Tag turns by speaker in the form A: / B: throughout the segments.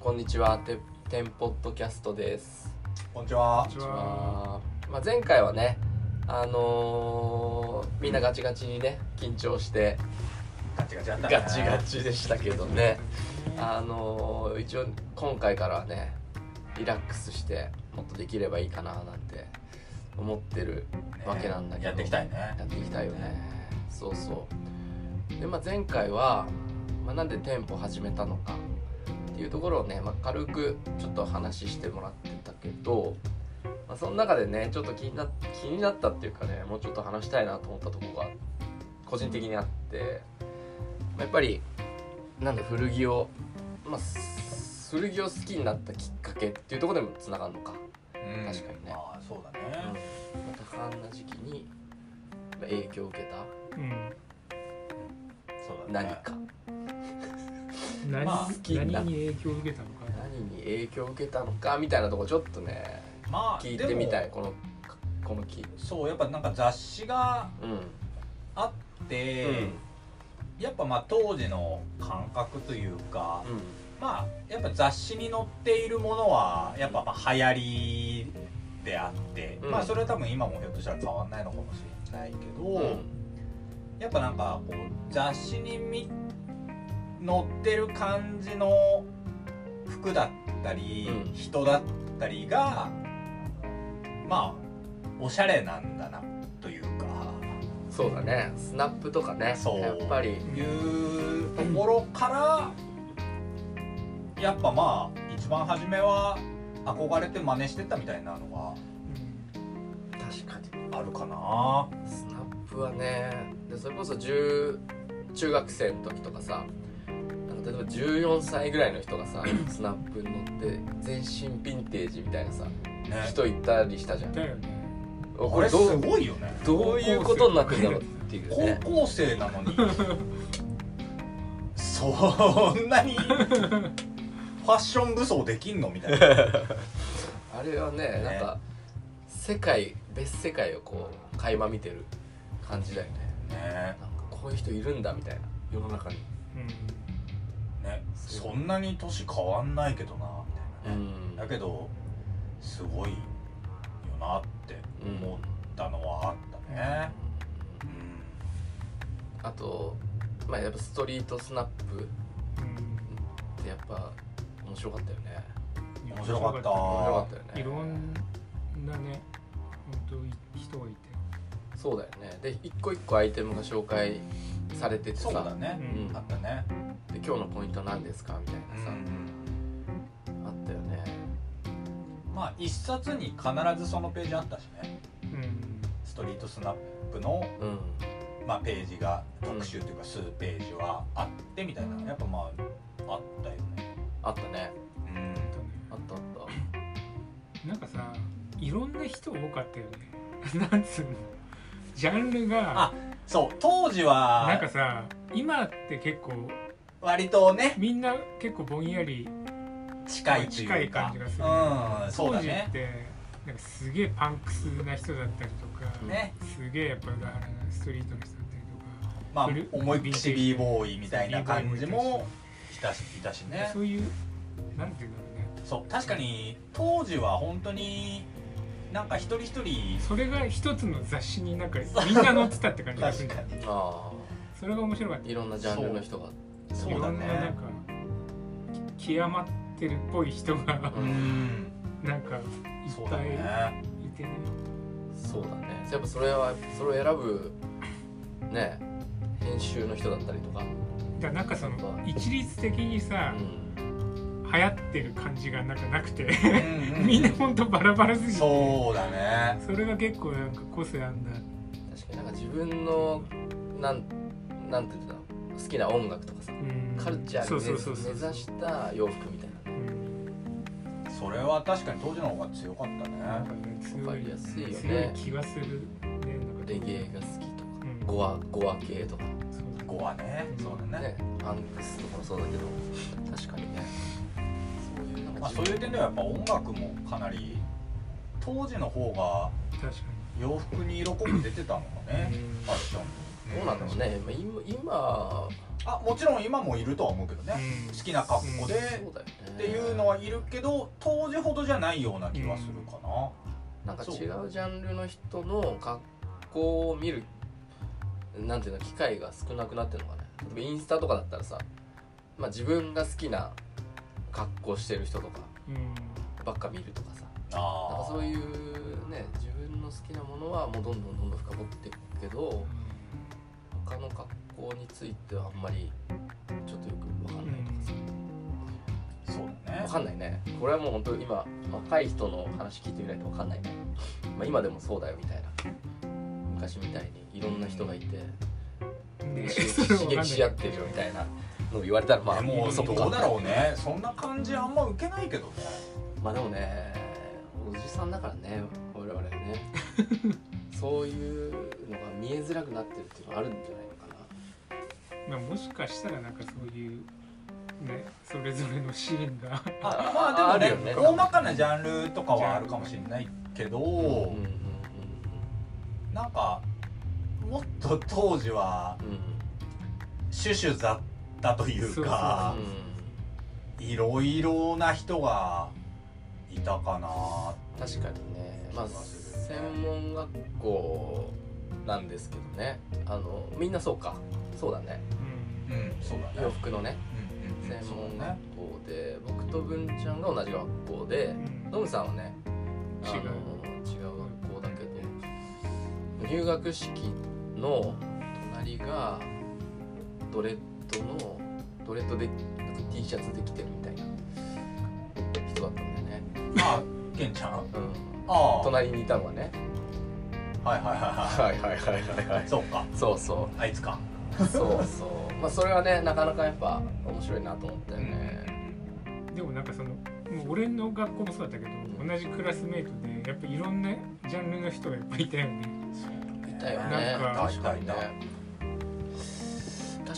A: こんにちは、てテンポッドキャストです。
B: こんにちは。
A: こんにちはまあ、前回はね、あのーみんなガチガチにね、緊張して、
B: ガチガチだったね。
A: ガチガチでしたけどね、あのー一応今回からはね、リラックスして、もっとできればいいかななんて思ってるわけなんだけど、
B: やっていきたいね
A: や。っていきたいよねそうそうで、まあ、前回は、まあ、なんで店舗始めたのかっていうところをね、まあ、軽くちょっと話してもらってたけど、まあ、その中でねちょっと気にな気になったっていうかねもうちょっと話したいなと思ったところが個人的にあって、まあやっぱりなんで古着をまあす古着を好きになったきっかけっていうところでもつながるのか
B: うん
A: 確かにね
B: まあそうだね。
A: 多感な時期にまあ影響を受けた
C: うん、
B: そうだ
A: 何
B: ね。
A: か
C: 何,、
B: まあ
C: 何に影響を受けたのか
A: 何に影響を受けたのかみたいなとこちょっとね
B: まあ
A: 聞いてみたい
B: でも
A: このかこの木
B: そうやっぱなんか雑誌が
A: うん、
B: あって、やっぱまあ当時の感覚というか、
A: うん
B: まあやっぱ雑誌に載っているものはやっぱまあ流行りであって、
A: うん
B: まあそれは多分今もひょっとしたら変わんないのかもしれないけど。
A: うん
B: やっぱなんかこう雑誌にみ載ってる感じの服だったり、
A: うん
B: 人だったりがまあおしゃれなんだなというか
A: そうだねスナップとかね
B: そう
A: やっぱり
B: いうところからやっぱまあ一番初めは憧れて真似してたみたいなの
A: 確かに
B: があるかな。
A: スナップはねでそれこそ10中学生の時とかさなんか例えば14歳ぐらいの人が さスナップに乗って全身ヴィンテージみたいなさ
B: ね、
A: 人いたりしたじゃん
C: だよね
B: こ
A: こ
B: れ
A: れ
B: す
A: どう
B: ごいよね。
A: どういうことになってんだろうっていうね
B: 高校生なのにそんなにファッション武装できんのみたいな
A: あれはね
B: ね
A: なんか世界別世界をこう垣間見てる感じだよね
B: ね
A: なんかこういう人いるんだみたいな世の中に
C: うん
B: ねそんなに年変わんないけどなみた
A: う
B: いなね、
A: ん
B: だけどすごいよなって思ったのはあったねうん
A: あとまあやっぱストリートスナップっ
C: うん
A: てやっぱ面白かったよね
B: 面白かった
A: 面白かったよね
C: いろんなね本当人がいて
A: そうだよねで一個一個アイテムが紹介されててさ
B: そうだね
A: う、
C: うん
B: あったね
A: で今日のポイントは何ですかみたいなさ、あったよね
B: まあ一冊に必ずそのページあったしね
C: うん
B: ストリートスナップの
A: うん
B: まあ、ページが特集というか数ページはあってみたいなのやっぱまああったよね
A: あったね
B: うん
C: だね
A: あったあった
C: なんかさいろんな人多かったよね なんつうのジャンルが
B: あそう当時
C: なんか
B: は
C: さ今って結構
B: 割とね
C: みんな結構ぼんやり
B: 近いというか
C: 近い感じがする
B: うんそうだ
C: 当時っ
B: ね
C: てなんかすげえパンクスな人だったりとか、
B: ね
C: すげえやっぱ裏腹なストリートの人だったりとか
B: まあ
C: 古
B: 思いっきし b ボーイみたいな感じ
C: B-boy もい
B: もいたしいたしね
C: そういうなんていうんだろうね
B: そう確かに当時は本当になんか一人一人
C: それが一つの雑誌になんかみんな載ってたって感じがする
B: 確
C: ん
B: か
C: だよ
B: に
A: あ
C: それが面白かっ
A: あいろんなジャンルの人が
C: た
B: そうだ
C: いろんななん
B: ね
C: かき極まってるっぽい人が
B: うん
C: なんかいっ
B: そうだ
C: ぱい
B: ね
C: いてね
A: そうだねやっぱそれはそれを選ぶね編集の人だったりとか、
C: だからなんかその一律的にさ、
A: う
C: 流行ってる感じがなんかなくて
B: う
C: みんなほんとバラバラすぎて
B: そうだね
C: それが結構なんか個性あんだ
A: ん、確かになんか自分のなんなんていうんだろう好きな音楽とかさ
C: うん
A: カルチャー
C: そう
A: に
C: そう
A: 根
C: そう
A: 根
C: そう
A: ざした洋服みたいな
C: うん
B: それは確かに当時の方が強かった
C: なん
B: ね
C: かね
A: わか
C: 強い
A: りやすいよね
C: 強い気がするねなんか
A: レゲエが好きとか
C: うん
A: ゴアゴア系とか
C: そう
B: 5
C: だ
B: はねそうだね
A: ねパンクスとかもそうだけど確かにねそういうなんか
B: まあ、そういう点ではやっぱ音楽もかなり当時の方が
C: 確か
B: 洋服に色濃く出てたのかね
C: にうん
B: ファッションに
A: どうなんだろうね、まあ、今今
B: あもちろん今もいるとは思うけどね、
C: うん
B: 好きな格
A: そ
B: 好で、
A: うだよね
B: っていうのはいるけど当時ほどじゃないような気はするか
A: な
B: な、
A: んか違うジャンルの人の格好を見るなんていうの機会が少なくなってるのかね例えばインスタとかだったらさ、まあ、自分が好きな格好してる人とか
C: うん
A: ばっか見るとかさ
B: あ
A: なん
B: あ
A: かそういうね自分の好きなものはもうどんどんどんどん深掘っていくけど他の格好についてはあんまりちょっとよく分かんないとかさ
B: そうだね
A: 分かんないねこれはもう本当今若い人の話聞いてみないと分かんないね、まあ、今でもそうだよみたいな昔みたいにいろんな人がいて
C: うんね
A: 刺激
C: それ
A: 刺
C: わかんな
A: 激
C: い
A: し合ってるよみたいなのを言われたらまあ
B: でも
A: そっか
B: どうだろうねそんな感じあんま受けないけどね
A: まあでもねおじさんだからね我々 ねそういうのが見えづらくなってるっていうのはあるんじゃないのかな
C: まあもしかしたらなんかそういうねそれぞれのシーンが
B: あ
A: あ
B: まあでも
A: ある
B: ね
A: よね
B: 大まかなジャンルとかはあるかもしれないけど、
A: うんうん
B: なんかもっと当時は
A: うんうん
B: シュシュだったというか
C: あ
A: う、
B: いろいろな人がいたかなん
A: 確かにね、まあ、
B: 気がする
A: 専門学校なんですけどねあのみんなそうかそうだね
C: うん
B: うんそうだ
A: 洋
B: ね
A: 服のね
B: うんうん
A: 専
B: そう
A: 門
B: だ
A: 学
B: ね
A: 校で僕と文ちゃんが同じ学校で
C: うん
A: ノムさんはねあの
C: 違う
A: 違う学校だけど入学式の隣がドレッドのドレッドでなんか T シャツできてるみたいな人だったんだよね、
B: あケンちゃんあ
A: うん、
B: あはい
A: 隣にいたのはね
B: はいはいはい
A: はいはいはいはいは
B: そうか
A: そうそ
B: あいつか
A: うそうそうまあそれはねなかなかやっぱ面白いなと思ったよね
C: でもなんかそのもう俺の学校もそうだったけど同じクラスメートでやっぱいろんなジャンルの人がいっぱいいたよね
A: いたよね
C: なんか
A: 確かにね確か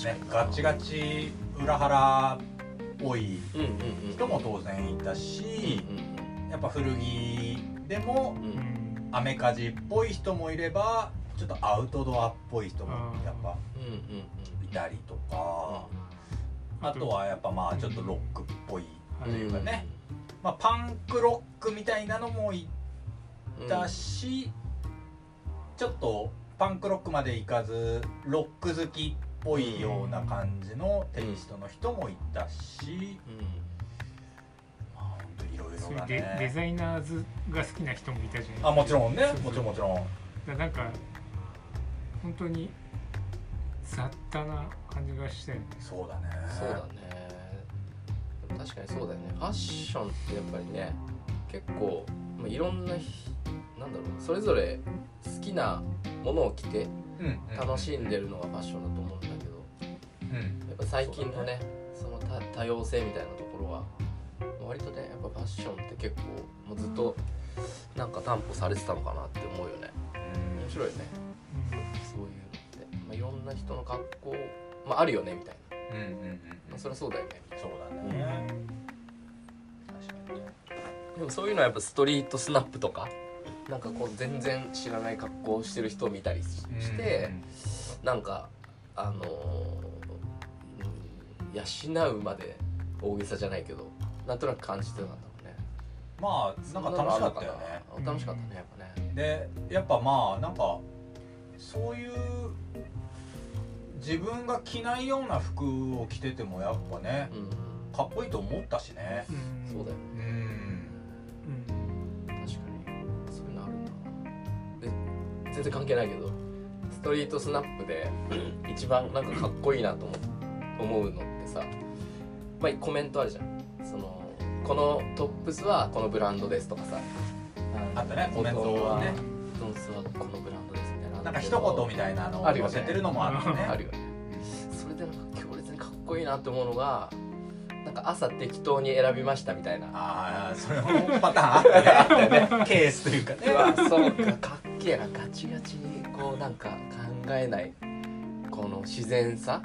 B: ね
A: にな
B: ガチガチ裏腹多い
A: うんうんうん
B: 人も当然いたしやっぱ古着でも
A: うんうんうんうん
C: ん
B: アメカジっぽい人もいればちょっとアウトドアっぽい人もやっぱ
A: うんうん
B: いたりとかあとはやっぱまあちょっとロックっぽい、
A: うん
C: という
B: かねまあ、パンクロックみたいなのもい
A: うん
B: たしちょっとパンクロックまでいかずロック好きっぽいような感じのテイストの人もいたし
A: うん
B: まあ本当いろい
C: そう
B: ろ
C: いう
B: だ
C: デデ
B: ね
C: ザイナーズが好きな人もいたじゃない
B: あもちろんね
C: そう
B: もちろんもちろん
C: だからなんか本当に雑多な感じがして
B: そうだね
A: そうだねでも確かにそうだよねファッションってやっぱりね結構、まあ、いろんなひなんだろうそれぞれ好きなものを着て
B: うんうん
A: 楽しんでるのがファッションだと思うんだけど
B: うん
A: やっぱ最近のねその多多様性みたいなところは割とねやっぱファッションって結構もうずっとなんか担保されてたのかなって思うよね面白いよねそういうのって、まあ、いろんな人の格好、まあ、あるよねみたいな、
B: うんうんうん
A: ま
B: う
A: あ、
B: ん
A: それはそうだよね
B: そうだ
C: うん
B: ね確かにね
A: でもそういうのはやっぱストリートスナップとかなんかこう全然知らない格好をしてる人を見たりしして、なんかあのーうん養うまで大げさじゃないけどなんとなく感じてたんだろうね
B: まあなんか楽しかったよね
A: そんなのあるのかな楽しかったねやっぱね
B: でやっぱまあなんかそういう自分が着ないような服を着ててもやっぱね
A: うん、
B: かっこいいと思ったしね
C: うん
A: そうだよね
B: うん
C: う
A: 確か
C: ん
A: にそういうのあるなで全然関係ないけどストリートスナップで一番なんかかっこいいなと思う思うのってさまあコメントあるじゃんそのこのトップスはこのブランドですとかさ
B: あったねコメントをね
A: ボトムスはこのブランドですみたいな
B: なんか一言みたいなのを
A: あるよ
B: 載
A: ね
B: せてるのもあったね
A: あるよねそれでなんか強烈にかっこいいなって思うのがなんか朝適当に選びましたみたいな
B: ああそれもパターンあったねあった よねケースというかね
A: うわそうかかっけえなガチガチにこうなんか考えないこの自然さ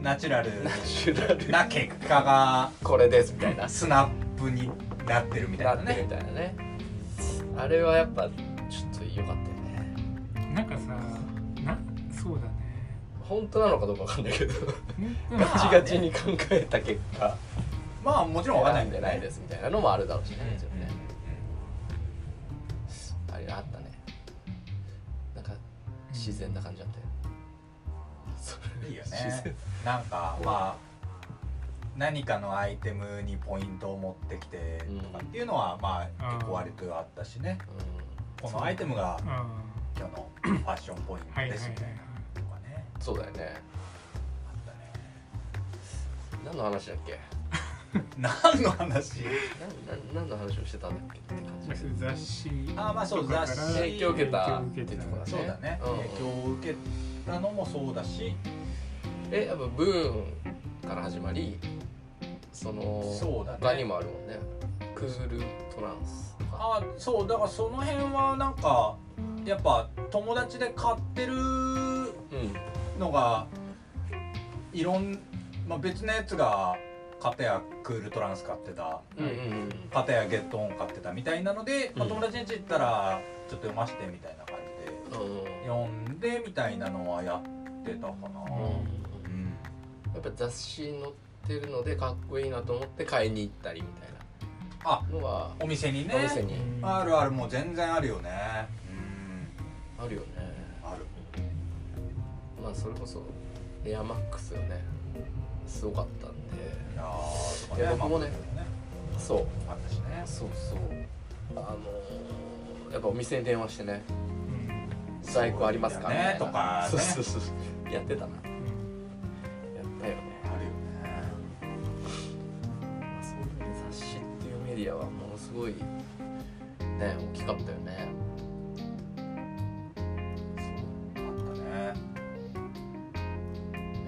B: ナチュラル
A: ナチュラル
B: な結果が
A: これですみたいな
B: スナップになってるみた
A: ない
B: な
A: ってる
B: ね
A: みたいなねあれはやっぱちょっと良かったよね
C: なんかさなそうだね
A: 本当なのかどうかわかんないけど
C: でも
A: ガチガチに考えた結果
B: まあもちろんわかんないんだよね
A: ないですみたいなのもあるだろうしねもちろんね
B: う
A: あれあったねなんか自然な感じだったよそ
B: んうんいいよ
A: れ自然
B: ねなんかまあ何かのアイテムにポイントを持ってきてとかっていうのはまあ結構割とあったしね
A: うん
B: このアイテムが
C: うんは
B: 今日のファッションポイン
C: いはい
B: ト
C: は
B: で
C: い
B: すみたいなとかね
A: そうだよね
B: あったね
A: 何の話だっけ
B: 何の話
A: 何何の話をしてたんだっけって感じ
C: まあそういう雑誌
B: あーまあそう
C: とかから
B: 雑誌
A: 影響を受けたって
C: 影響を受けた
A: とこだね
B: そうだね
A: うん
B: 影響を受けたのもそうだし
A: えやっぱブーンから始まりその
B: そうだね
A: 他にもあるもんねクールトランスとか
B: あそうだからその辺はなんかやっぱ友達で買ってる
A: うん
B: のがいろん、まあ、別のやつが片やクールトランス買ってた
A: うんうんうんうん
B: 片やゲットオン買ってたみたいなので、まあ
A: うん
B: 友達に家行ったらちょっと読ませてみたいな感じで
A: うん
B: 読んでみたいなのはやってたかな、うん
A: やっぱ雑誌に載ってるのでかっこいいなと思って買いに行ったりみたい
B: あ
A: なのは
B: お店にね
A: お店に
B: あるあるもう全然あるよね
A: あるよね
B: うんある
A: まあそれこそエアマックスがねすごかったんで
B: いやーとか
A: いや僕もね
B: まあ
A: そう
B: あったしね
A: そうそうあのーやっぱお店に電話してね在庫ありますか
B: そうだよね
A: みたいな
B: とかね
A: そうそうそうそうやってたなやったよね、
B: あるよね
A: まあ、そういう雑誌っていうメディアはものすごいね大きかったよね
B: あったね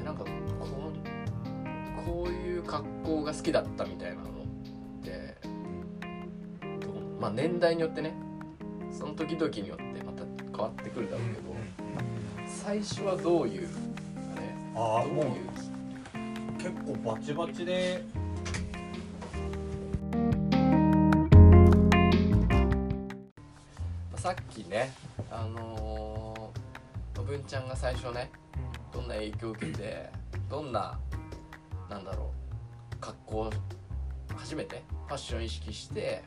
A: えなんかこうこういう格好が好きだったみたいなのってどうまあ年代によってねその時々によってまた変わってくるだろうけど、最初はどういうあれ
B: ああ
A: どう
B: もう
A: いう
B: 結構バチバチで
A: まあさっきねあのー文ちゃんが最初ねどんな影響を受けてどんななんだろう格好を初めてファッションを意識して、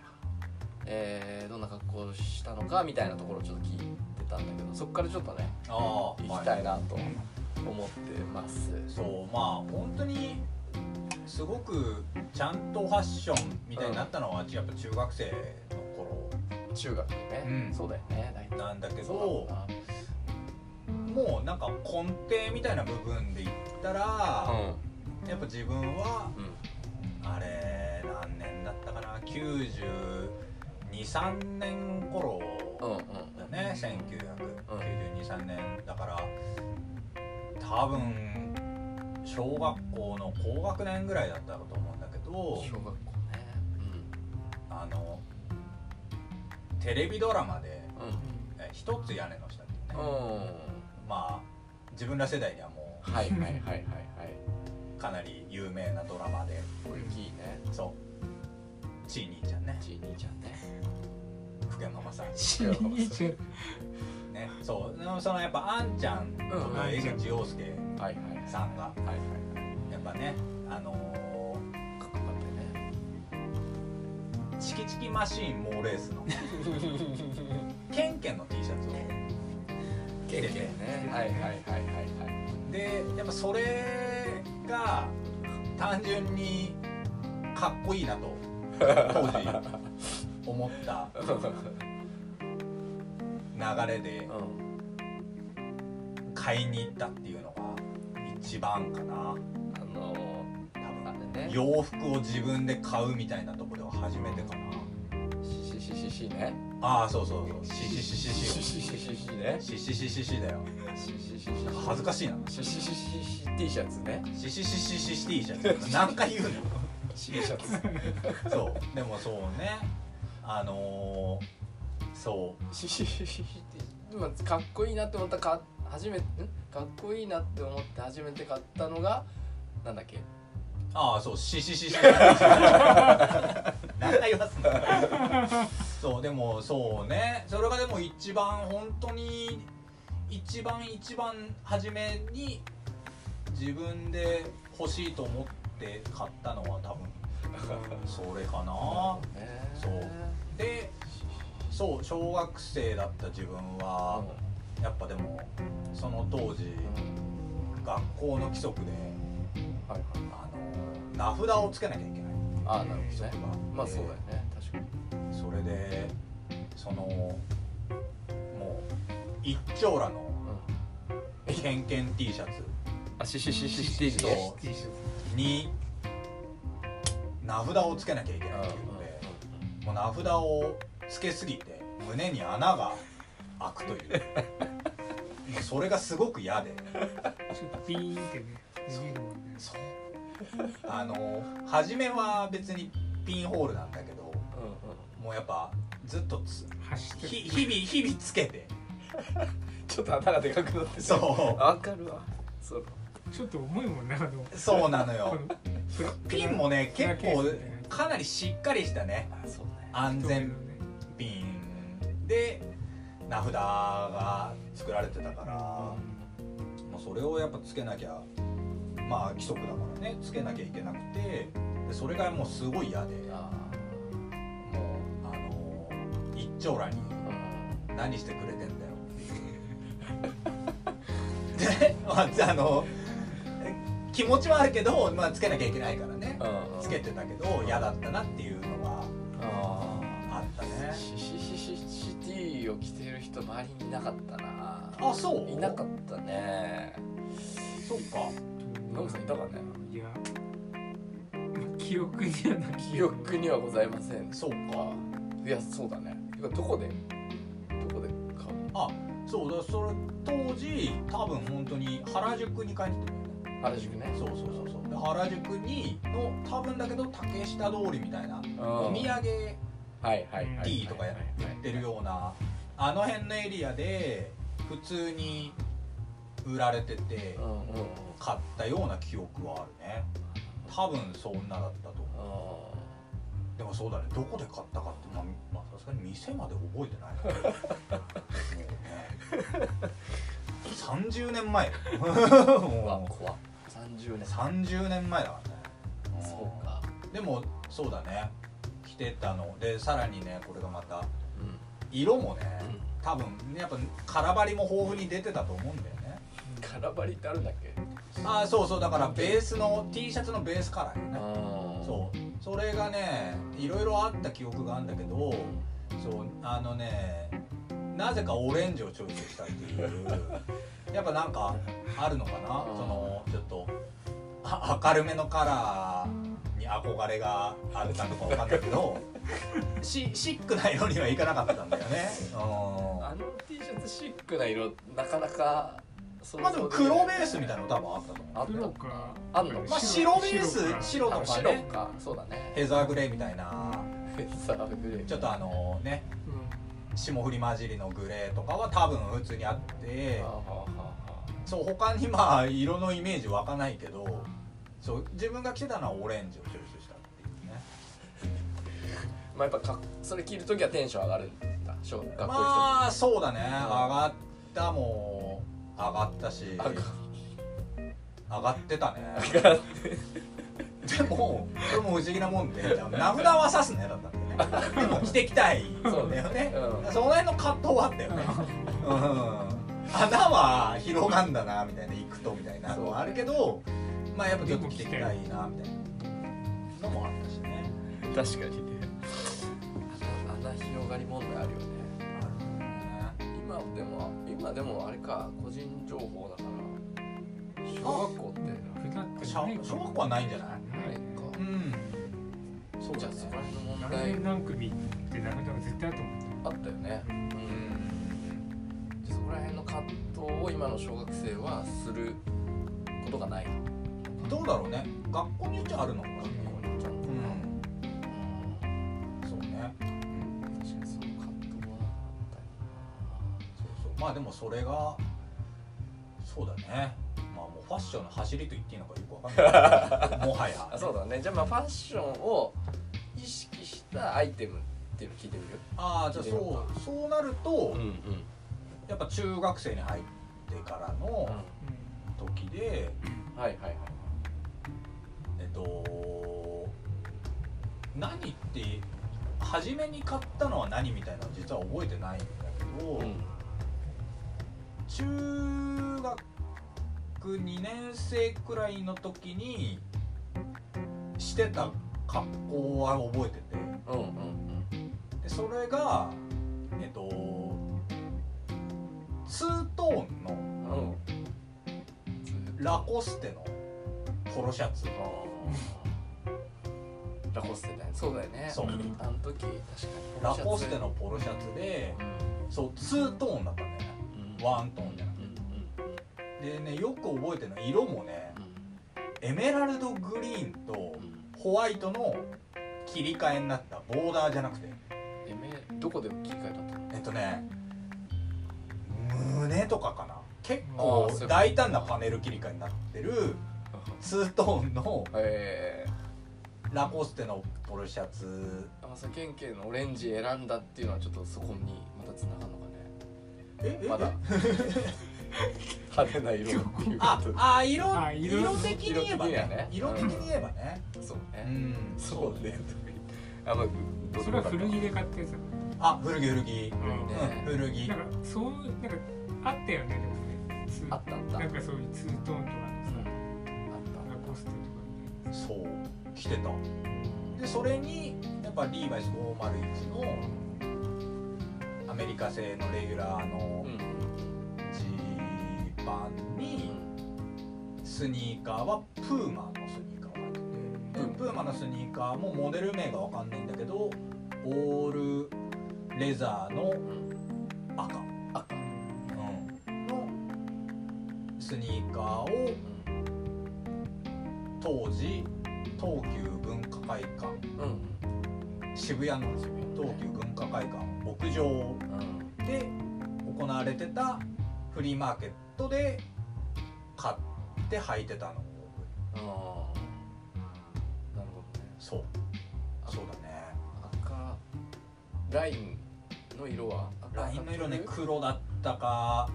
A: えーどんな格好をしたのかみたいなところをちょっと聞いてたんだけどそこからちょっとね
B: あ
A: 行きた
B: い
A: いなと思ってます。
B: そうまあ本当にすごくちゃんとファッションみたいになったのはやっぱ中学生の頃
A: 中学ね、
B: うん
A: そうだよね大体
B: なんだけ
A: そ
B: ど
A: うだな
B: もうなんか根底みたいな部分で言ったら、やっぱ自分は
A: うんうん
B: あれ何年だったかな923年頃
A: うんうん
B: だね199223年だから多分小学校の高学年ぐらいだったかと思うんだけど
A: 小学校ね
B: あのテレビドラマで
A: うん
B: 「え一つ屋根の下」っていうね、
A: うんうん
B: まあ自分ら世代にはも
A: はいはいはいはいはいう
B: かなり有名なドラマで
A: これいいね
B: そうちい兄ちゃんね
A: ちい兄ちゃんね
B: 福山雅治
C: ちいちゃん
B: ねそうそのやっぱあんちゃんとか江口洋介
A: はいはいはい
B: さんが
A: はいはいはい
B: やっぱねあのー
A: かっこよかったよね
B: チキチキマシーン猛レースのケンケンの T シャツを
A: ケンケンねはいはいはいはいはい
B: でやっぱそれが単純にかっこいいなと当時思った流れで
A: うん
B: 買いに行ったっていうのが一番かな
A: あの
B: 多
A: ー、なんで
B: 分
A: ね
B: 洋服を自分で買うみたいなところが初めてかな
A: しししししね
B: ああそうそうそうシシ
A: しし
B: シシシ
A: ししししね
B: シシシシシだよ
A: しししし
B: 恥ずかしいな
A: しししししし T シャツね
B: シシシシシシ T シャツ何回言うの
A: T シャツ
B: そうでもそうねあのー、そう
A: シシシシシ今かっこいいなって思ったか初めんかっこいいなって思って初めて買ったのがなんだっけ
B: ああそうシシシシ何回言わすんだそうでもそうねそれがでも一番本当に一番一番初めに自分で欲しいと思って買ったのは多分それかなそうでそう小学生だった自分は、やっぱでもその当時学校の規則で
A: はいはい
B: あの名札をつけなきゃいけない
A: ああなるほど
B: 規
A: ね
B: 則があって
A: まあそうだよね確かに
B: それでそのもう一丁羅の偏見 T シャツ
A: あしししししていいね
B: そうに名札をつけなきゃいけないっていうのでもう名札をつけすぎて胸に穴が開くというもうそれがすごく嫌で
C: ちょっとピーンってね逃げるもんね
B: そうあの初めは別にピンホールなんだけどもうやっぱずっとつ
C: 走って
B: ひ
C: る
B: 日々日々つけて
A: ちょっと穴がでかくなってう
B: そ
A: わかるわそう
C: ちょっと重いもんねあの
B: うそうなの
C: こ
B: よ
C: の
B: ピンもね
C: プ
B: 結
C: ラケー
B: 構
C: スみたいな
B: かなりしっかりしたね
A: あそうね
B: 安
C: 太め
B: 全
C: のね
B: ピンで名札が作られてたからもうそれをやっぱつけなきゃまあ規則だからねつけなきゃいけなくてでそれがもうすごい嫌でもう
A: あ
B: あの一丁羅に「何してくれてんだよ」 で、まあ、あの気持ちはあるけど、まあ、つけなきゃいけないからね
A: あ
B: つけてたけど嫌だったなっていうのは
A: あ
B: あった
A: あ
B: ね
A: ししししし T を着てる人周りにいなかったな
B: あそう
A: いなかったね
B: そっか
A: ノブさんいたかね
C: いや、まあ、記憶にはな
A: 記憶にはございません
B: そうか
A: あいやそうだねてかどこでどこで買う
B: あそうだそれ当時多分本当に原宿に帰ってた
A: の原宿ね
B: そうそうそうそうで原宿にの多分だけど竹下通りみたいな
A: うん
B: お
A: はい
B: 土産
A: はいはいはい
B: T とかやってるようなあの辺のエリアで普通に売られてて
A: うんうんうん
B: 買ったような記憶はあるね多分そんなだったと思うでもそうだねどこで買ったかってまあまあさすがに店まで覚えてない もうね30年前
A: うわ
B: もう
A: 怖っ30年
B: 30年前だからねん
A: そうか
B: でもそうだね着てたのでさらにねこれがまた
A: うん
B: 色もね多分ねやっぱ空張りも豊富に出てたと思うんだよね
A: 空張りってあるんだっけ
B: ああそうそうだからベースの T シャツのベースカラーよね
A: あ
B: そうそれがねいろいろあった記憶があるんだけどそうあのねなぜかオレンジをチョイスしたって いうやっぱなんかあるのかなそのちょっとあ明るめのカラーに憧れがあったのかわかんないけ どしシックな色にはいかなかったんだよねうん
A: あの T シャツシックな色なかなか想
B: ま
A: 像
B: あ
A: で
B: で
A: きない
B: も黒ベースみたいなの多分あったと思
A: あった
C: 黒か
A: あんの
B: うまあ白ベース白と
A: あ
B: か
A: 白
B: ね
A: かそうだね
B: ヘザーグレーみたいな
A: フェザーグレー
B: ちょっとあのね霜降り混じりのグレーとかは多分普通にあって
A: あははは
B: そう他にまあ色のイメージ湧かないけどそう自分が着てたのはオレンジを抽出したっていうね
A: まあやっぱかっそれ着るときはテンション上がるんだ小学校行く
B: まあそうだね上がったも上がったし
A: とき
B: 上がって たね
A: 上がっ
B: でもこれも不思議なもんで名札は刺すねだったんだよねでも着てきたいんだよね
A: うん
B: その辺の葛藤はあったよねうん穴は広がんだなみたいな行くとみたいなのはあるけどまあやっぱちょっと着てきたいなみたいなのもあったしね
A: 確かにね穴広がり問題あるよね
B: あるね
A: 今でも今でもあれか個人情報だから小学校って
B: 小小学校はないんじゃない
A: ない
B: うん
A: か
B: そう
A: じ
B: だ
A: ゃあそこら
B: ね
A: 辺の問題
C: 何何組って名札が絶対あると思って
A: あったよねう
B: うんん
A: そこら辺の葛藤を今の小学生はすることがない
B: どうだろうね学校によっちゃあるのかな
A: ちゃんと
B: うんそうね
A: 確かにその葛藤はあっ
B: そうそうまあでもそれがそうだねまあもうファッションの走りと言っていいのかよくわかんないもは
A: たよあ
B: や
A: そうだねじゃあまあファッションを意識しったアイテムっていうの聞いてみる
B: ああじゃあそうそうなると
A: うんうん
B: やっぱ中学生に入ってからの時で
A: はいはいはい
B: えっと何って初めに買ったのは何みたいなの実は覚えてないんだけど、
A: うん
B: 中学2年生くらいの時にしてた格好は覚えてて。
A: うんうん
B: でそれがえっとツートーンの
A: うんうん
B: ラコステのポロシャツ
A: あーラコステだよねそうだよね
B: そう
A: あの時確かに
B: ラコステのポロシャツでそうツートーンだったんだよねワントーンじゃなく
A: うんうん
B: てでねよく覚えてるのは色もねエメラルドグリーンと
A: うんうん
B: ホワイトの切り替えになったボーダーじゃなくて
A: えめどこで切り替えだったの
B: えっとね胸とかかな結
A: あーそうい
B: 構
A: うこと
B: 大胆なパネル切り替えになってるツートーンの
A: え
B: ラコステのポロシャツ
A: ー、あさケンケンのオレンジ選んだっていうのはちょっとそこにまたつながるのかね
B: え
A: まだ派手な色っていうこ
B: あ
A: と
B: あ色
C: あ
B: 色
C: 色
B: 的に言えばね
A: 色
B: 色
A: 的
B: 的
A: にはね
B: に言えばね
A: そう
B: う
A: ね、
B: ん
A: そうねとか言ってあまあどう
C: そ
A: で
C: れ
A: もよか
C: は
A: った
C: 古着で買ったやつだ
B: あ古着古
A: 古着ね
B: 着
C: うん
B: うん古着
C: なんかそうなんかあったよねでもねツー
A: あったあった
C: なんかそういうツートーンとかのさ
A: あ
C: ラコステとかみ
B: そう着てたでそれにやっぱリーバイス501のアメリカ製のレギュラーの
A: うん
B: ジーパンにスニーカーはプーマのスニーカーを履いてて
C: た
A: う
C: い
A: ん
C: な
B: プーマのスニーカーもモデル名がわかんないんだけどオールレザーの
A: うん
B: 赤、
A: 赤
B: のスニーカーを当時東急文化会館
A: うんうん
B: 渋谷の東急文化会館屋上
A: うん
B: で行われてたフリーマーケットで買って履いてたの
A: あーなるほどね
B: そうそうだね
A: 赤ラインの色は赤
B: ラインの色ね
A: 赤
B: 黒だったか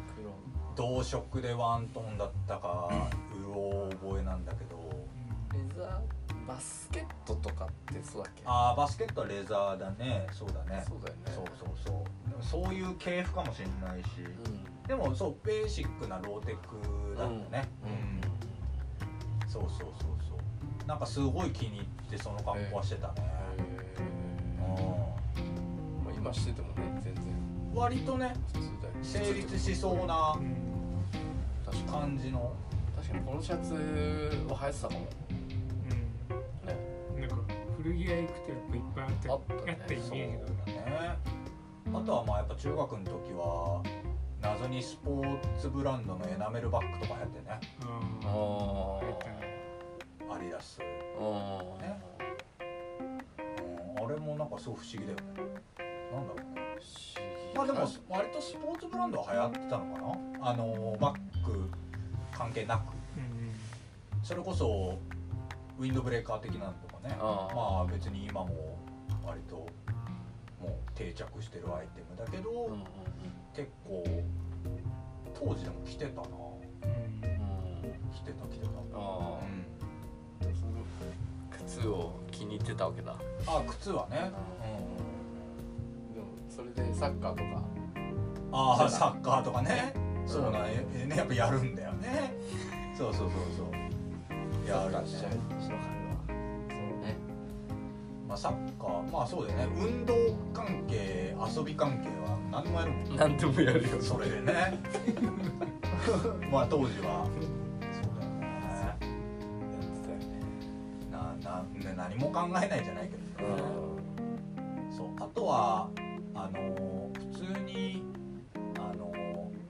A: 黒
B: 同色でワントーンだったかうろ覚えなんだけど
A: レザーバスケットとかってそうだっけ
B: あーバスケットはレザーだねそうだね
A: そうだよね
B: そうそうそうでもそういう系譜かもしれないし
A: う
B: でもそうベーシックなローテクだったね
A: んうん
B: そうそうそうそうなんかすごい気に入ってその格好はしてたね、
A: えーまあ今しててもね全然
B: うん割とね
A: 普通だよ
B: 成立しそうな
C: たいなうん
A: 確かに
B: 感じの
A: 確かにこのシャツは流行ってたかもね
C: うんなんか古着屋行くとやっぱいっぱいあった
A: あったね
C: あったイメ
B: そう
C: ージが
B: だねあとはまあやっぱ中学の時は謎にスポーツブランドのエナメルバッグとかやってね
A: あ
C: あ
A: あ
C: あ入ったね
B: アディダス、
A: うん
B: ねうん、あれもなんかすごい不思議だよねなんだろうねまあでも割とスポーツブランドは流行ってたのかなあのバック関係なく
C: うん
B: それこそウィンドブレーカー的なのとかね
A: ああ
B: まあ別に今も割ともう定着してるアイテムだけど、
A: うんうん
B: 結構当時でも着てたな
C: うんうん
A: うんうん
B: 着てた着てた
A: あ
B: うん
A: あその靴を気に入ってたわけだ
B: あ靴はね
A: でもそれでサッカーとか
B: うんああサッカーとかねそうなんええねやっぱやるんだよねそうそうそうそうやる
A: しちゃ
B: ね
A: うしのそうね
B: まあ、サッカーまあそうだよね運動関係遊び関係は何でもやるもんね
A: 何でもやるよ
B: それで ねまあ当時はそうだよね
A: やってたよね
B: ななね何も考えないじゃないけどね、そうあとはあのー普通にあの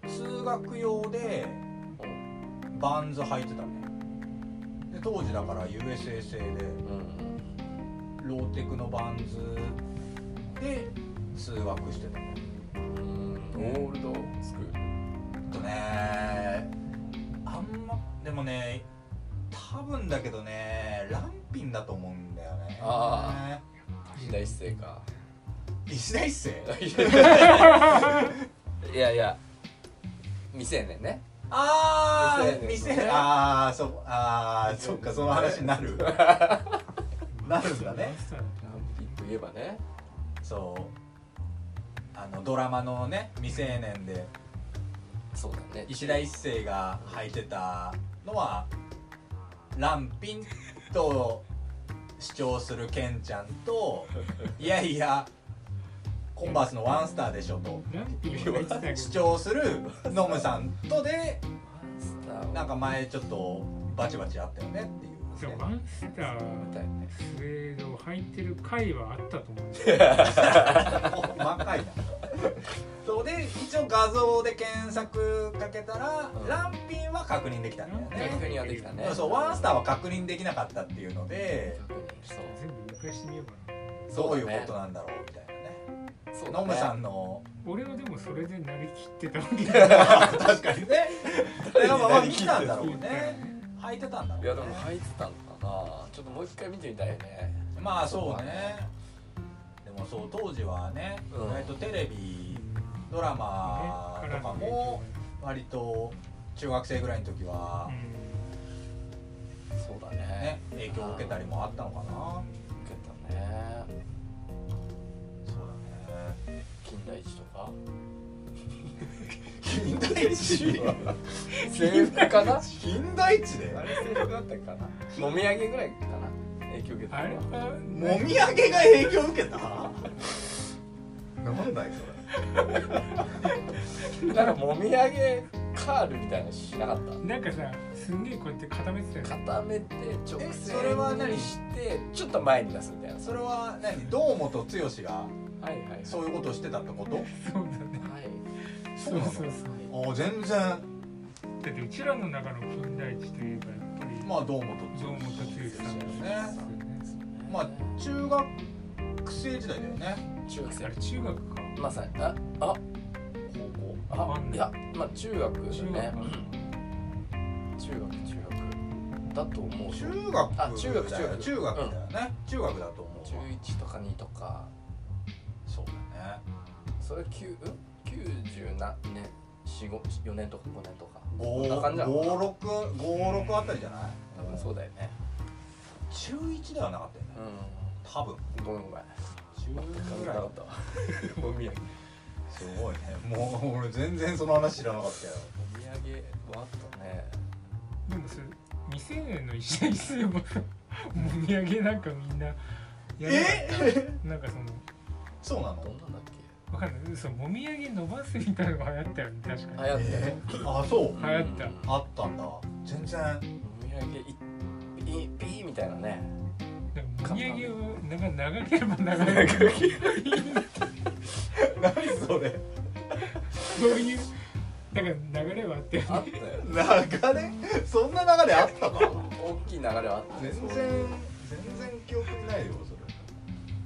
B: ー通学用でバンズ履いてたねで当時だから USA 製で
A: うんうん
B: ローテクのバンズで通学してたね
A: うんオールドスクール
B: ちょっとねあんまでもね多分だけどねランピンだと思うんだよね
A: あ
C: やっぱ
A: 石田一生か
B: 石田一世
A: いやいや未成年ね
B: ああ
A: 未成
B: 店
A: 年
B: ああそうああそっかその話にな るなるんだね
A: ランピンといえばね
B: そうあのドラマのね未成年で
A: そうだね
B: 石田一生が履いてたのはランピンと主張するケンちゃん といやいやコンバースのワンスターでしょと
C: ランピンは言ってたけ
B: 主
C: ど
B: 張するノムさんとで
A: スター
B: なんか前ちょっとバチバチあったよねっていう
C: そうワンスタ
A: み
C: ー
A: たいね
C: スウェードを履いてる回はあったと思うんです
B: 満開だ そうで一応画像で検索かけたら、
A: うん
B: ランピンは確認できたんだよ
A: 確
B: ね、
A: 認はできたね
B: そうワンスターは確認できなかったっていうので
A: 確認そう
C: 全部見返してみようかな
B: ど
A: そううだ
B: いう
A: ね
B: ことなんだろうみたいなね
A: そうだ
B: ノ
A: ね
B: ムさんの
C: 俺はでもそれでなりきってたわけだから
B: 確かにねそれはまあ見たんだろう
C: 聞いて
B: ね履いてたんだろう、ね、
A: いやでも入ってたのかなちょっともう一回見てみたいね
B: まあそうねでもそう当時はね、
A: うん
B: 意外とテレビドラマとかも割と中学生ぐらいの時は、
A: そうだね
B: ね、影響を受けたりもあったのかな。
A: 受けたね
B: そうだね。
A: 金田一とか
B: 近代一。
A: 制服かな
B: 近代一で。
A: れ制服だったかなもみあげぐらいかな影響受けた
C: あれ
A: のは
C: は
B: もみあげが影響を受けた。なんだよ
A: なんかもみあげカールみたいなのしなかっ
C: なんかさすんげえこうやって固めてたよ
A: た
C: ね
A: 固めて直
B: え
A: 線
B: それは何
A: にしてちょっと前に出すみたいな
B: それ。それは何？堂本剛が
A: はいはいはい
B: そういうことをしてたってこと？
C: そうだね
A: はい
B: そ
C: そうう
B: なの
C: そうそう
B: ああ全然。
C: だってうちらの中の金田一といえばやっぱり、
B: まあ堂本剛。
C: 堂本剛さん
B: ね
C: だよね
B: まあ中学生時代だよね。
A: 中学
C: あ
A: 生
C: れ中学か
A: まさにああ高
C: わ
A: 校
C: かん
A: あ
C: ない
A: いやまあ中学だ
C: 中学
A: ね
C: か
A: 中学中学だと思う
B: 中
A: 中
B: 学だよ
A: あ中学中学
B: 中学だよね。中学だと思うわ。
A: 1とか2とか
B: そうだね。
A: それ9うん90何年4年とか5年とか
B: 五
A: こんな感じなのかな
B: 六五六あたりじゃない？
A: 多分そうだよね
B: 中一ではなかったよね。
A: う
B: 多分。
A: んごめんごめん
B: 中
A: 全くなかったわ お土産
B: すごいね。もう俺全然その話知らなかったよ。
A: お土産はあったね
C: でもそれ未成年の石田一生 もさもみあげなんかみんなやらなかっ
B: え？
C: たなんかその
B: そうなの
A: どん？なんだっ
C: わかんないそのもみあげ伸ばすみたいなのが流行ったよね
A: け
C: 確かに
A: 流行ったよ
B: えあそう。
C: 流行った
A: うん
B: あったんだ。全然。
A: お土産いいいピーみたいなね
C: なんかもみあげをなんか長ければ長 いほど
B: 何それ？
C: そういうだから流れはあって
A: あったよ
B: 流れ？そんな流れあったか？
A: 大きい流れはあった
B: 全然全
A: そう
B: 然記憶にないよそれ。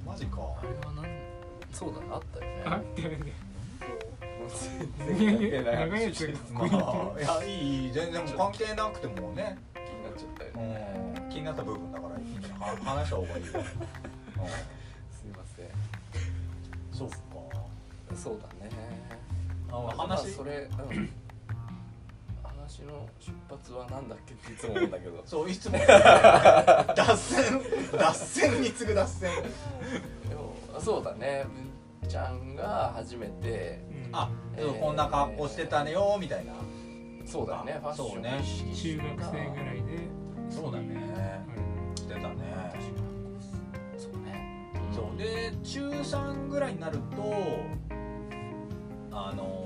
B: マジか。
A: あれはなんそうだねあったよね
C: あったよね
A: もう全
C: もみ
A: 然関
C: あげ
A: 係ない
C: 長いや
A: 話
C: つ
A: にな
C: が
A: っ
B: まあいやいいいい全然もう関係なくてもね。
A: ちゃったよね
B: うん気になった部分だからいいんじゃないは話した方がいいよ。うん
A: すいません
B: そっか。
A: そうだね
B: あ
A: まあ
B: 話
A: それうん話の出発はなんだっけっていつも思うんだけど
B: そういつ も脱線脱線に次ぐ脱線
A: でもそうだね文ちゃんが初めて
C: うん
B: あそうこんな格好してたねよみたいな
A: そうだねファッシ
B: そう
A: ョン
B: ね
A: を意識
C: 中
A: して
C: 学
A: た
C: 生ぐらいで
B: そうだね
C: あれ
B: してたね
A: 確かにそうね
B: そうで中3ぐらいになるとあのー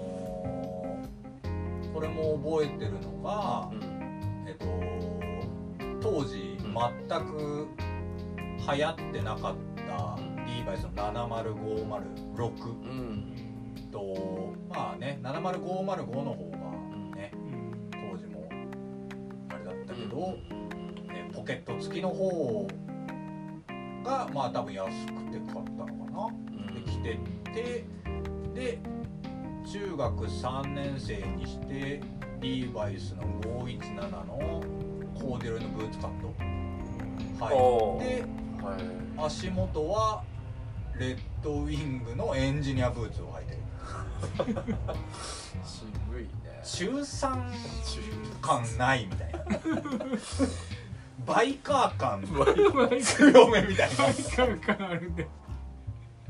B: これも覚えてるのが
A: うん、うん
B: えっと当時
A: うん
B: 全く流行ってなかったリーバイスの70506
A: うん
B: とまあね70505の方がね
C: うん
B: 当時もあれだったけど、
A: うん
B: えポケット付きの方がまあ多分安くて買ったのかなで着ててで中学3年生にしてリーバイスの517のコーデュロイのブーツカット
A: お
B: 入
A: ー
B: って
A: はい
B: 足元はレッドウィングのエンジニアブーツを履いてる
A: 渋いね
B: 中3感ないみたいなバイカー感
C: バイ ク
B: 強めみたいな
C: 感あるんで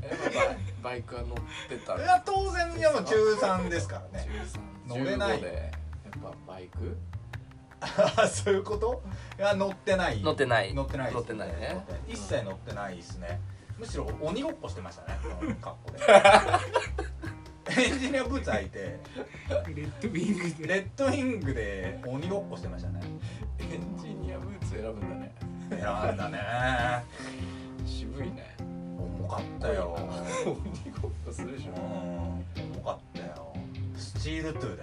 A: えまあバイバイクは乗ってた
B: それ
A: ら
B: は当然いやもう中3ですからね
A: 13
B: 乗れない
A: 15でやっぱバイク
B: あ そういうこといや乗ってない
A: 乗ってない
B: 乗ってない
A: 乗ってないね
B: 一切乗ってないですねむしろ鬼ごっこしてましたねこの格好でエンジニアブーツ履いて
C: レッドウィン
B: レ
C: グで
B: ッドウィングで鬼ごっこしてましたね
A: エンジニアブーツ選ぶんだね
B: 選んだね
A: 渋いね
B: 重かったよ
A: 鬼ごっこするでし
B: う
A: ょ
B: ん重かったよスチールトゥ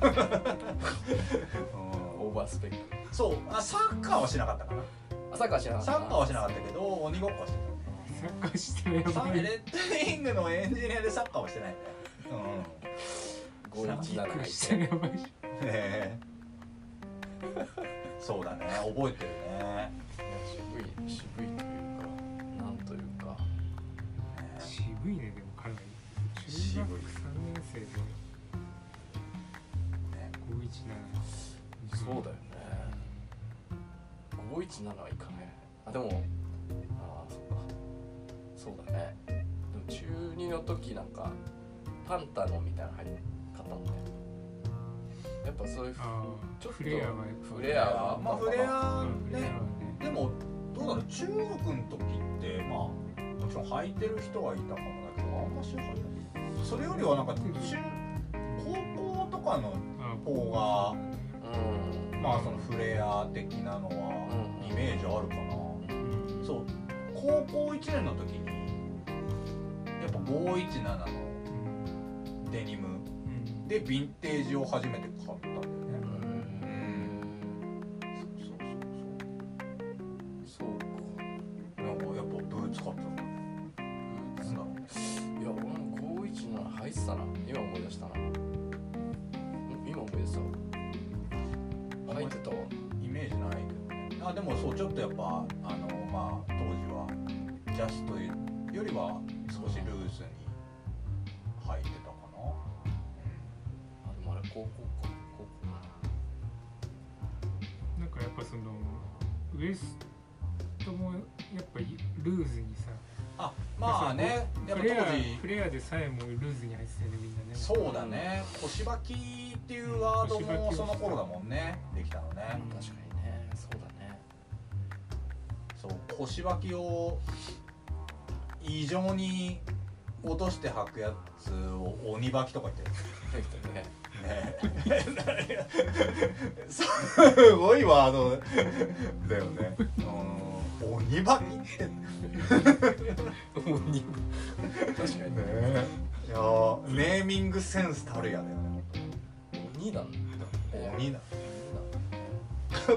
B: ーだようん
A: オーバースペック
B: そうあサッカーはしなかったかな
A: サッカーは知らなかった
B: サッカーはしなかったけど鬼ごっこはして
C: サッカーしてるや
B: たサ
C: ば
B: レ
C: い
B: ッドウィングのエンジニアでサッカーはしてないねうん
C: サッカーし
A: 517入っ
C: てる
A: て
C: やばい
B: へえそうだね覚えてるね
A: 渋い渋いというかなんというか
B: ね
C: 渋いねでもかなり中
B: 渋い
C: 学3年生で
B: ね
C: 517
A: そうだよね517はいかないあでもあーそっかそうだねでも中2の時なんかパンタのみたいなの入買ったんだよやっぱそういうふ
C: あ
A: ちょ
C: あ
A: っと
C: フレアはやっぱ
A: フレアは
B: まあフレア
C: うんフレア
B: ね
C: はね
B: でもどうだろう中国の時ってまあもちろん履いてる人はいたかもだけどあんましなかったそれよりはなんか中高校とかの
C: あ
B: 方が
A: うん
B: まあそのフレア的なのは
A: うん
B: イメージあるかな、
C: うん
B: そう高校1年の時にやっぱ517のデニム
C: うん
B: でヴィンテージを初めて買ったんだよね
A: うん
B: そう
A: そ
B: そう
A: うか
B: そうなんかやっぱブーツ買ったんだブーツだろうね
A: いや俺も517入ってたな今思い出したな今思い出した入ってたわ
B: イメージないけどねあでもそうちょっとやっぱあのまあ当時はジャストよりは少しルーズに履いてたかな、
A: あでもあれ高校か高校か
C: なんかやっぱそのウエストもやっぱルーズにさ
B: あまあねやっ
C: フ
B: ぱ
C: レア
B: 当時
C: フレアでさえもルーズに入ってたよねみんなね
B: そうだね腰履きっていうワードもその頃だもんねできたの
A: 確
B: ね
A: かにねそうだね
B: そう腰履きを異常に落として履くやつを鬼履きとか言ってる
A: 入ってたね
B: ねすごいワードだよね。うん鬼ばきってね。
A: 確かにね
B: いやーネーミングセンスたるやだよね。
A: 鬼だ
B: 鬼だ。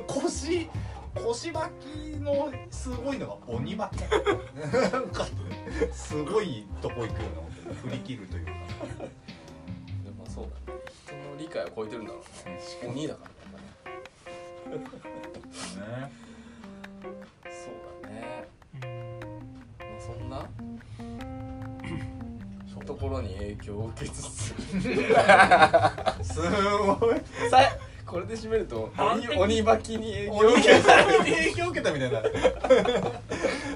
B: 腰腰ばきのすごいのが鬼ばきだ。なんかすごいとこ行くよな振り切るというか。
A: でもそうだね人の理解を超えてるんだろうね鬼だからね
B: ね。
A: そうだね、
C: うん
A: まあ、そんな
B: そう
A: ところに影響を受けつつ
B: すごい。
A: さこれで締めると鬼鬼ばきに影響を受
B: 鬼化
A: け
B: けされて影響受けたみたいな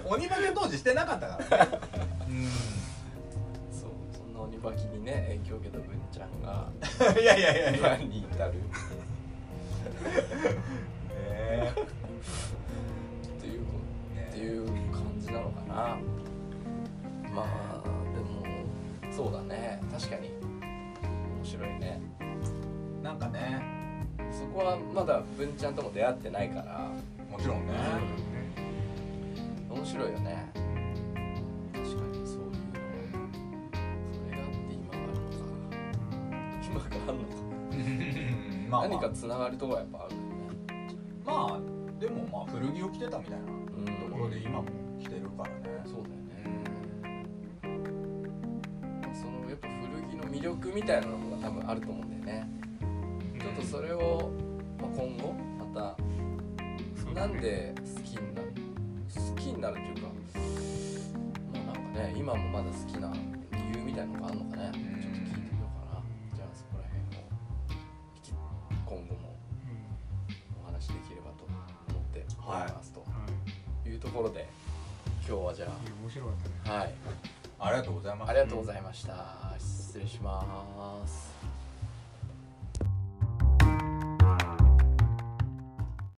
B: 鬼化け当時してなかったからね
A: そうそんな鬼ばきにね影響を受けた文ちゃんが
B: うんいやいやいやいや
A: 今に至る
B: え
A: っていうっていう感じなのかなまあでもそうだね確かに面白いね
B: ーなんかね
A: そこはまだ文ちゃんとも出会ってないから
B: もちろんね
C: ね
A: 面白いよね確かにそういうのそれがあって今があるのか今があるのか、
B: うんまあま
A: 何か
B: あ、
A: つながるとこはやっぱあるよね
B: まあ、でもまあ古着を着てたみたいな
A: うん
B: ところで今も着てるからね
A: そうだよねそのやっぱ古着の魅力みたいなのが多分あると思うんだよねちょっとそれを、まあ、今後ま
C: そう
A: た
C: だ
A: な
C: ね
A: んで好きになる好きになるっていうかもうなね今もまだ好きな理由みたいのがあるのかね
B: ん
A: ちょっと聞いてみようかなじゃあそこら辺を引き今後もお話しできればと思っておりますと
C: はい
A: いうところで今日はじゃ
C: いや面白かったね
A: あはい
B: ありがとうございます
A: ありがとうございました失礼します